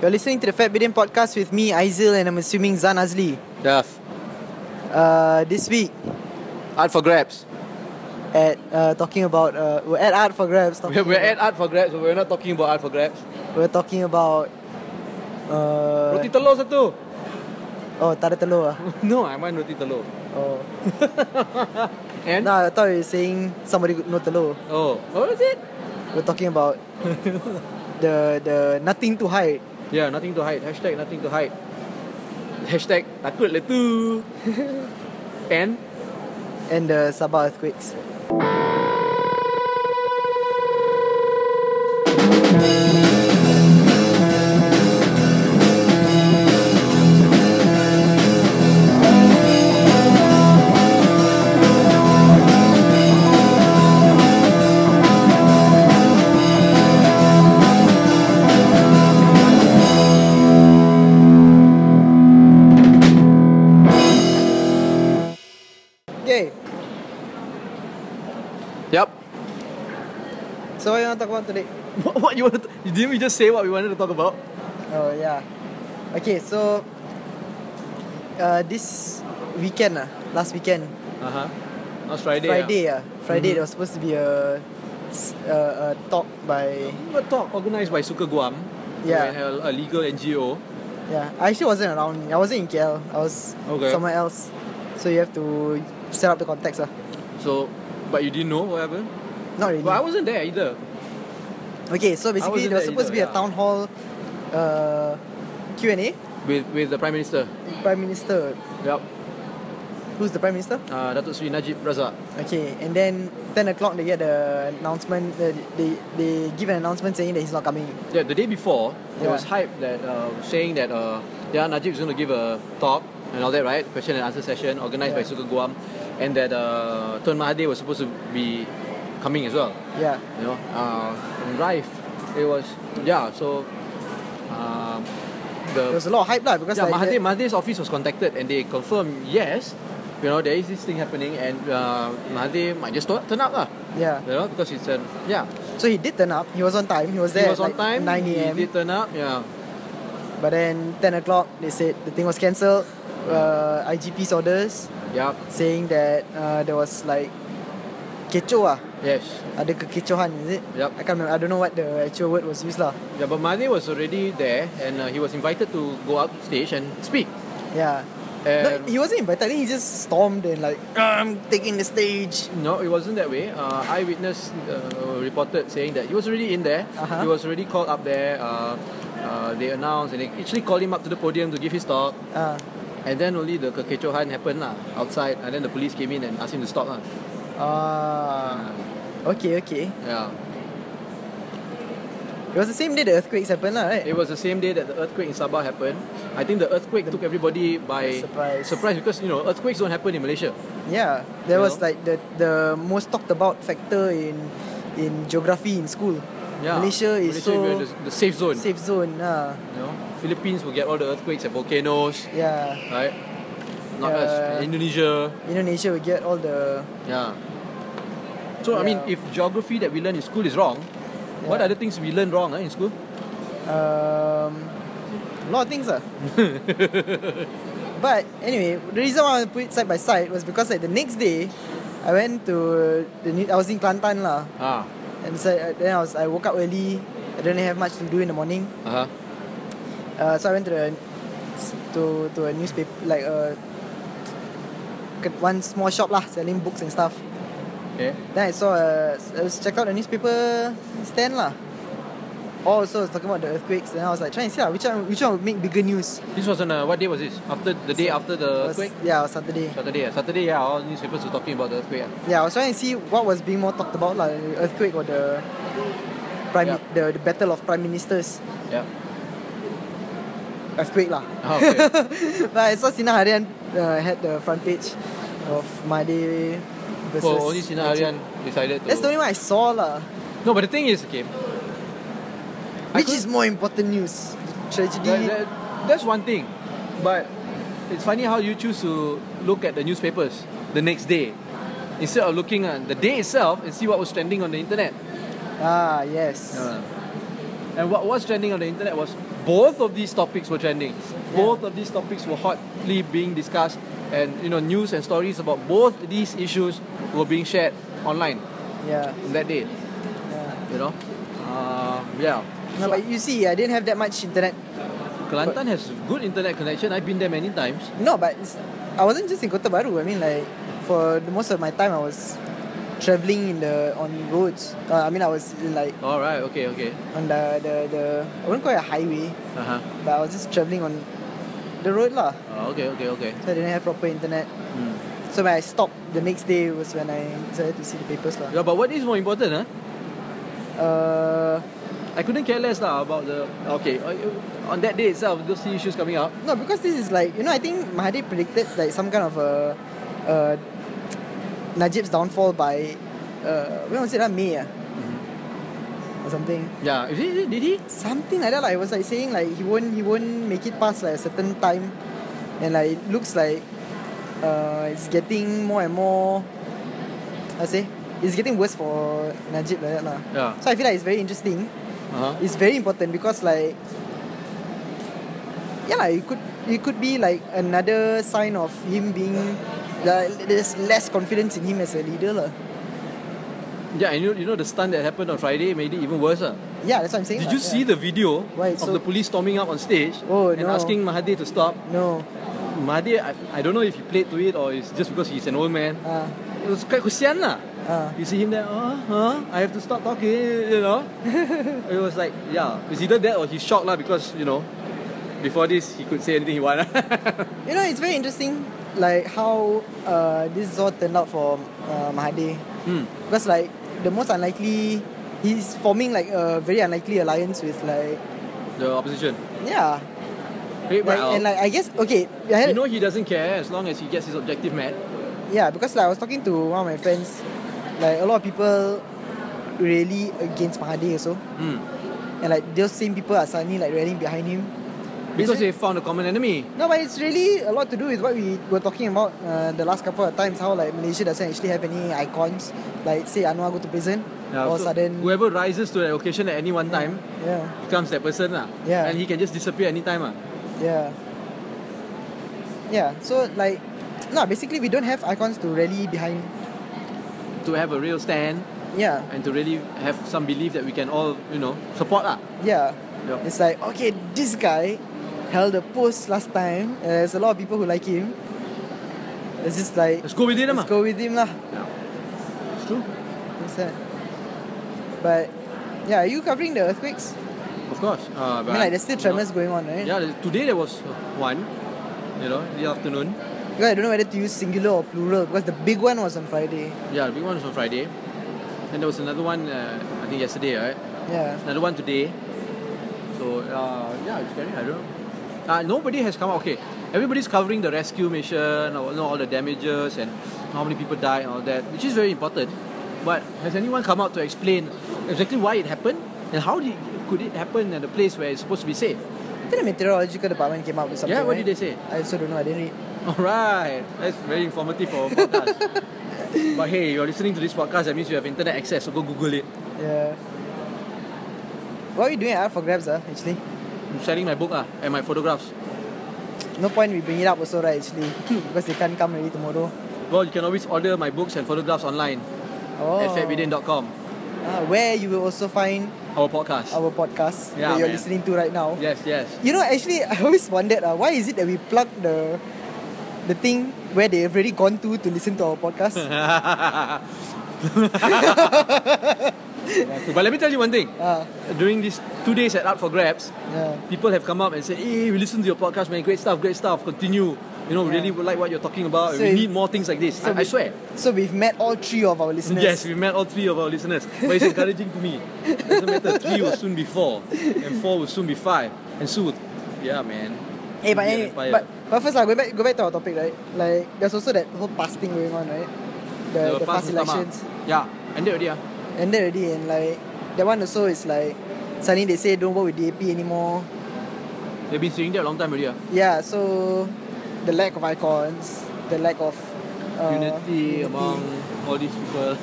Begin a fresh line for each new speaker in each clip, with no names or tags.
You're listening to the Fat Bidin podcast with me, Aizil, and I'm assuming Zan Azli.
Duff.
Uh, this week,
Art for grabs.
at uh, talking about uh, we're at Art for Grabs.
We're,
Talking
we're
about,
at art for grabs, but we're not talking about art for grabs.
We're talking about. Uh,
Roti telur satu.
oh, tarik telur. ah.
No, I want roti telur.
Oh,
And?
no, I thought you were saying somebody no telur.
Oh, what is it?
We're talking about the the nothing to hide.
Yeah, nothing to hide. Hashtag nothing to hide. Hashtag takut lah tu. and?
and the Sabah earthquakes. Okay,
Yup.
so what you want to talk about today?
What, what you want to... T- didn't we just say what we wanted to talk about?
Oh yeah. Okay, so uh, this weekend, ah, last weekend,
Uh-huh. Last Friday.
Friday, ah, Friday
Mhm.
there was supposed to be a, s- a, a talk by
Ah. A talk organised by Suka Guam.
Yeah.
A, a legal NGO.
yeah. I actually wasn't around. I wasn't in KL. I was
Okay.
somewhere else. So you have to set up the context, ah.
So, but you didn't know what happened?
Not really.
But I wasn't there either.
okay, so basically
wasn't
there was
there
supposed to be
either,
a
yeah.
town hall uh, Q and A.
With, with the Prime Minister.
Prime Minister.
Yup.
Who's the Prime Minister?
Uh, Datuk Sri Najib Razak.
Okay, and then 10 o'clock they get the announcement, uh, they, they give an announcement saying that he's not coming.
Yeah, the day before, there
Yeah.
was hype that uh, saying that uh, yeah, Najib is going to give a talk and all that, right? Question and answer session organized by
Yeah.
Suka Guam, and that uh, Tun Mahathir was supposed to be coming as well.
Yeah.
You know, uh, and Rife, it was yeah. So um
There
the
was a lot of hype lah because
yeah,
like,
Mahathir,
the-
Mahathir's office was contacted and they confirmed yes. You know, there is this thing happening, and uh, Mahathir might just turn turn up lah.
yeah.
You know, because it's an yeah.
So he did turn up. He was on time. He was there
he was
at like
on time.
9 a.m.
He did turn up. Yeah.
But then 10 o'clock they said the thing was cancelled. Uh, IGP's orders
Yup.
saying that uh, there was like kecoh ah.
Yes.
Ada kekecohan is it?
Yup.
I can't remember. I don't know what the actual word was used lah.
Yeah, but Mahathir was already there and uh, he was invited to go up stage and speak.
Yeah.
And
no, he wasn't invited. I think he just stormed and like, I'm taking the stage.
no, it wasn't that way. Uh, eyewitness uh, reported saying that he was already in there.
Uh-huh.
He was already called up there. Uh, uh, they announced and they actually called him up to the podium to give his talk.
Uh,
And then only the kekecohan happened lah outside. And then the police came in and asked him to stop. lah.
Ah, okay, okay.
Yeah.
It was the same day the earthquakes happened, lah, right?
It was the same day that the earthquake in Sabah happened. I think the earthquake took everybody by
Surprise.
surprise because you know earthquakes don't happen in Malaysia.
yeah, there
You
was
know?
like the the most talked about factor in in geography in school.
Yeah.
Malaysia is so
we're the, the safe zone.
safe zone. Ah,
You know, Philippines will get all the earthquakes and volcanoes,
yeah.
right? Not
Yeah.
us. Indonesia.
Indonesia will get all the
Yeah. So I mean,
Yeah.
if geography that we learn in school is wrong, what
Yeah.
other things we learn wrong eh, in school?
um, a lot of things, ah. but anyway, the reason why I put it side by side was because like the next day, I went to the new, I was in Kelantan lah,
Ah.
and so uh, then I was I woke up early. I didn't have much to do in the morning.
Uh huh.
Uh, so I went to the to to a newspaper like a one small shop lah selling books and stuff.
Okay.
Then I saw a I was check out the newspaper stand lah. Oh, so it's talking about the earthquakes, and I was like trying to see lah, which one which one would make bigger news.
This was on a, what day was this? After the day after the
It was-
earthquake.
yeah, it was Saturday.
Saturday. ah. Saturday. Yeah. All newspapers were talking about the earthquake. ah.
Yeah, I was trying to see what was being more talked about, like earthquake or the prime
Yeah.
the, the battle of prime ministers
Yeah.
earthquake lah.
Oh, okay.
but I saw Sina Harian uh, had the front page of Made versus.
well, Oh, only Sina Harian decided to.
That's the only one I saw lah.
no, but the thing is, okay. I
Which
couldn't-
is more important news? Tragedy.
That, that, that's one thing, but it's funny how you choose to look at the newspapers the next day instead of looking at the day itself and see what was trending on the internet.
Ah yes.
And what was trending on the internet was both of these topics were trending. Both of these topics were hotly being discussed, and you know news and stories about both these issues were being shared online
Yeah.
on that day.
yeah.
You know, uh, yeah.
No, but you see, I didn't have that much internet.
Kelantan has good internet connection. I've been there many times.
No, but it's, I wasn't just in Kota Baru. I mean, like for the most of my time, I was traveling in the on roads. Uh, I mean, I was in, like
All right. Okay. Okay.
on the the the I wouldn't call it a highway,
Uh huh.
but I was just traveling on the road lah.
Oh, okay. Okay. Okay.
So I didn't have proper internet.
Hmm.
So when I stopped the next day was when I decided to see the papers lah.
Yeah, but what is more important, huh?
Uh,
I couldn't care less lah about the okay uh, on that day itself those three issues coming up.
no, because this is like you know I think Mahathir predicted like some kind of a, uh, Najib's downfall by uh, when was it? Uh, May ah? or something.
Yeah, is it, did he?
something like that. Like, I was like saying like he won't he won't make it past like a certain time, and like it looks like uh, it's getting more and more. I say it's getting worse for Najib like that lah.
Yeah.
So I feel like it's very interesting.
Uh-huh.
It's very important because like yeah, lah, it could it could be like another sign of him being like, there's less confidence in him as a leader lah.
Yeah, and you, you know the stunt that happened on Friday made it even worse. ah.
Yeah, that's what I'm saying.
Did
lah,
you
yeah.
see the video
Why,
of
so-
the police storming up on stage
Oh,
and
no.
asking Mahathir to stop?
No.
Mahathir, I, I don't know if he played to it or it's just because he's an old man.
Uh,
It was quite kesian lah.
uh.
You see him there, oh, huh? I have to stop talking, you know? it was like, yeah. It's either that or he's shocked lah because, you know, before this he could say anything he wanted.
You know, it's very interesting, like how uh, this all turned out for uh, Mahathir.
Hmm.
Because like the most unlikely, he's forming like a very unlikely alliance with like
The opposition.
yeah,
Hey,
like,
well,
and like I guess okay, I had,
you know he doesn't care as long as he gets his objective met.
yeah, because like I was talking to one of my friends, like a lot of people really against Mahathir also,
Hmm.
and like those same people are suddenly like rallying behind him.
Because
Is
they found a common enemy.
No, but it's really a lot to do with what we were talking about uh, the last couple of times. How like Malaysia doesn't actually have any icons. Like say Anwar go to prison,
Yeah,
all of a
so
sudden.
whoever rises to that occasion at any one time
Yeah,
becomes that person lah.
Yeah.
And he can just disappear anytime ah.
yeah, yeah. So like, no, basically we don't have icons to rally behind.
To have a real stand
Yeah,
and to really have some belief that we can all, you know, support lah.
yeah.
Yeah.
It's like okay, this guy held a post last time. And there's a lot of people who like him. It's just like
Let's go with it
let's
lah.
go with him lah.
Yeah. It's true.
That's that. But yeah, are you covering the earthquakes?
Of course.
I
Uh,
mean, like there's still tremors going on, right?
Yeah, there- today there was one, you know, the afternoon.
Because I don't know whether to use singular or plural because the big one was on Friday.
Yeah, the big one was on Friday. And there was another one, uh, I think yesterday, right?
Yeah.
Another one today. So uh, yeah, it's scary. I don't know. Uh, nobody has come out. Okay, everybody's covering the rescue mission, or, you know, all the damages and how many people died and all that, which is very important. But has anyone come out to explain exactly why it happened and how did, could it happen at a place where it's supposed to be safe?
I think the meteorological department came up with something.
yeah, what
right?
did they say?
I also don't know. I didn't read.
All right, that's very informative for a podcast. but hey, you're listening to this podcast. That means you have internet access. So go Google it.
Yeah. What are we doing at Art for Grabs, ah? actually?
I'm sharing my book ah, and my photographs.
No point we bring it up also, right, actually? because they can't come ready tomorrow.
Well, you can always order my books and photographs online.
Oh.
at fatbidin.com,
Ah, where you will also find
our podcast.
our podcast
Yeah,
that you're
man.
listening to right now.
Yes, yes.
You know, actually, I always wondered uh, why is it that we plug the the thing where they've already gone to to listen to our podcast?
But let me tell you one thing.
Ah,
During these two days at Art for Grabs,
yeah.
people have come up and said, "Hey, we listened to your podcast, man. Great stuff, great stuff. Continue. You know, we
Yeah.
really like what you're talking about.
So
we
if-
need more things like this.
so
I, I
we-
swear."
So we've met all three of our listeners.
Yes, we met all three of our listeners. But it's encouraging to me. Doesn't matter. Three will soon be four, and four will soon be five, and soon, yeah, man.
Hey, Eh, but,
We'll be
anyway,
an empire.
but but first, like, go back go back to our topic, right? Like, there's also that whole past thing going on, right? The,
will
the
pass
past
the Tama.
elections
Yeah, ended already. ah.
ended already, and like that one also is like suddenly they say don't work with DAP anymore.
They've been saying that a long time already. ah.
Yeah, so the lack of icons, the lack of uh,
unity among all these people.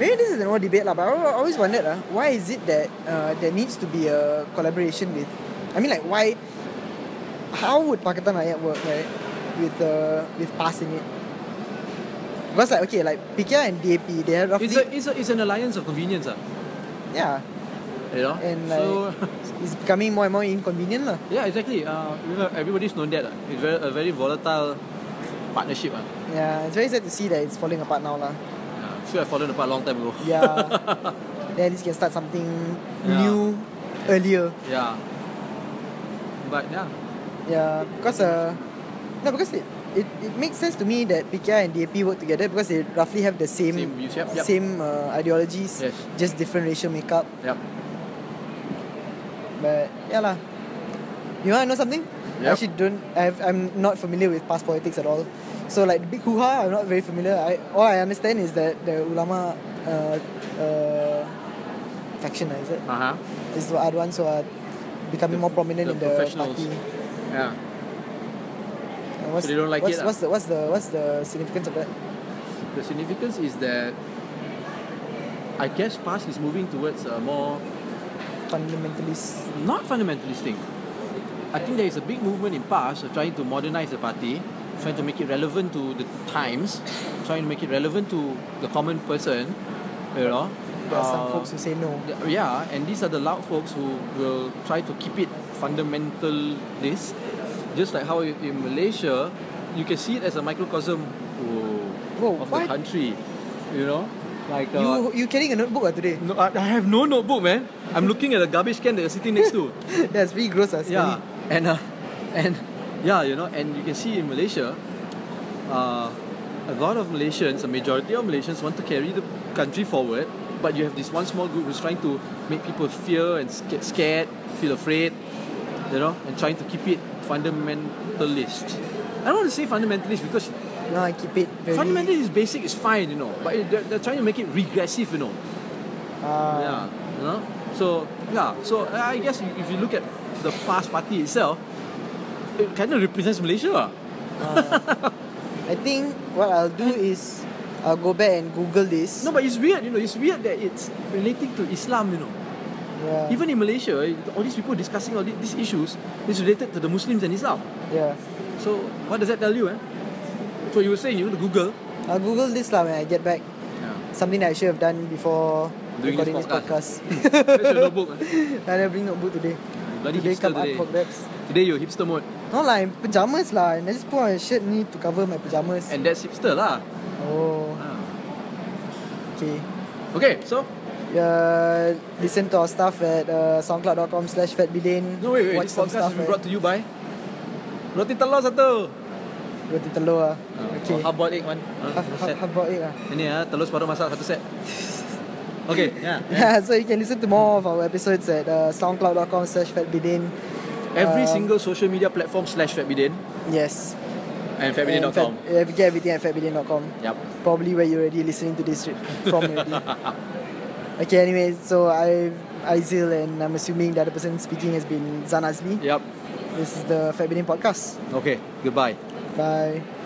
Maybe this is an old debate lah, but I al- always wondered uh, why is it that uh, there needs to be a collaboration with, I mean like why, how would Pakatan Rakyat work right with uh, with passing it? Because like okay like PKR and DAP they have roughly
It's, a, it's, a, it's an alliance of convenience, ah.
yeah
you know.
And,
so
it's becoming more and more inconvenient lah.
yeah, exactly. Uh, you know, everybody's known that. ah. It's very, a very volatile partnership. ah.
Yeah, it's very sad to see that it's falling apart now lah.
Yeah, should have fallen apart a long time ago.
Yeah. then at least can start something
Yeah.
new earlier.
Yeah. But yeah,
Yeah, because uh, no, because it, it, it makes sense to me that PKR and DAP work together because they roughly have the same
Same views, yep, yep.
same uh, ideologies,
Yes.
just different racial makeup.
yep.
But yeah lah, you wanna know something? I
Yep.
actually don't. I've, I'm not familiar with past politics at all. So like the big hoo ha, I'm not very familiar. I all I understand is that the ulama uh, uh, faction ah, is it?
Uh huh.
Is the other ones who are uh, becoming
The-
more prominent
the
in the
professionals.
party. Uh,
Yeah.
what's,
So they don't like
what's,
it, ah?
What's the what's the what's the significance of that?
The significance is that I guess PAS is moving towards a more
fundamentalist.
not fundamentalist thing. I think there is a big movement in PAS of trying to modernize the party, trying to make it relevant to the times, trying to make it relevant to the common person, you know.
There are some
Uh,
folks who say no.
th- Yeah, and these are the loud folks who will try to keep it fundamentalist. Just like how i- in Malaysia, you can see it as a microcosm oh,
Whoa,
of
what?
the country. You know? Like uh,
You you carrying a notebook ah today?
no, I, I have no notebook, man. I'm looking at a garbage can that you're sitting next to.
That's pretty gross. Ah, smelly.
yeah, and uh, and yeah, you know, and you can see in Malaysia, uh, a lot of Malaysians, a majority of Malaysians, want to carry the country forward, but you have this one small group who's trying to make people fear and sca- scared, feel afraid, you know, and trying to keep it fundamentalist. I don't want to say fundamentalist because
No, I keep it very.
fundamentalist is basic, is fine, you know, but it- they're, they're trying to make it regressive, you know.
Ah,
Yeah, you know. So yeah, so uh, I guess if you look at the past party itself, it kind of represents Malaysia. ah.
ah. I think what I'll do is I'll go back and Google this.
No, but it's weird, you know. It's weird that it's relating to Islam, you know.
Yeah.
Even in Malaysia, eh, all these people discussing all the- these issues is related to the Muslims and Islam.
yeah.
So what does that tell you, eh? So you were saying you go to Google.
I'll Google this lah when I get back. Something that I should have done before
Doing
recording
this
this podcast.
Where's your notebook,
I
eh?
never bring notebook today.
Bloody
today
hipster
come
today.
up for grabs.
Today you're hipster mode,
No lah, in pajamas lah. And I just put on a shirt need to cover my pajamas.
and that's hipster lah.
oh,
Ah.
okay.
Okay, so
Uh, listen to our stuff at uh, soundcloud.com slash fatbidin.
no wait wait. this podcast has been
eh.
brought to you by Roti Telur satu.
Roti telur
Oh,
lah.
Okay.
okay.
Or hard-boiled egg one. Uh,
Half, half,
set.
half about it lah.
Ini ya, telur separuh masak satu set. Okay, yeah.
Yeah, so you can listen to more of our episodes at uh, soundcloud.com slash fatbidin. Um,
Every single social media platform slash Fatbidin
Yes. And
and
fat-
Fatbidin.com.
yeah, we get everything at fatbidin.com.
Yep.
Probably where you're already listening to this from already. okay, anyway, so I, Izil, and I'm assuming the other person speaking has been Zan Azli.
Yep.
This is the Fatbidin podcast.
Okay, goodbye.
Bye.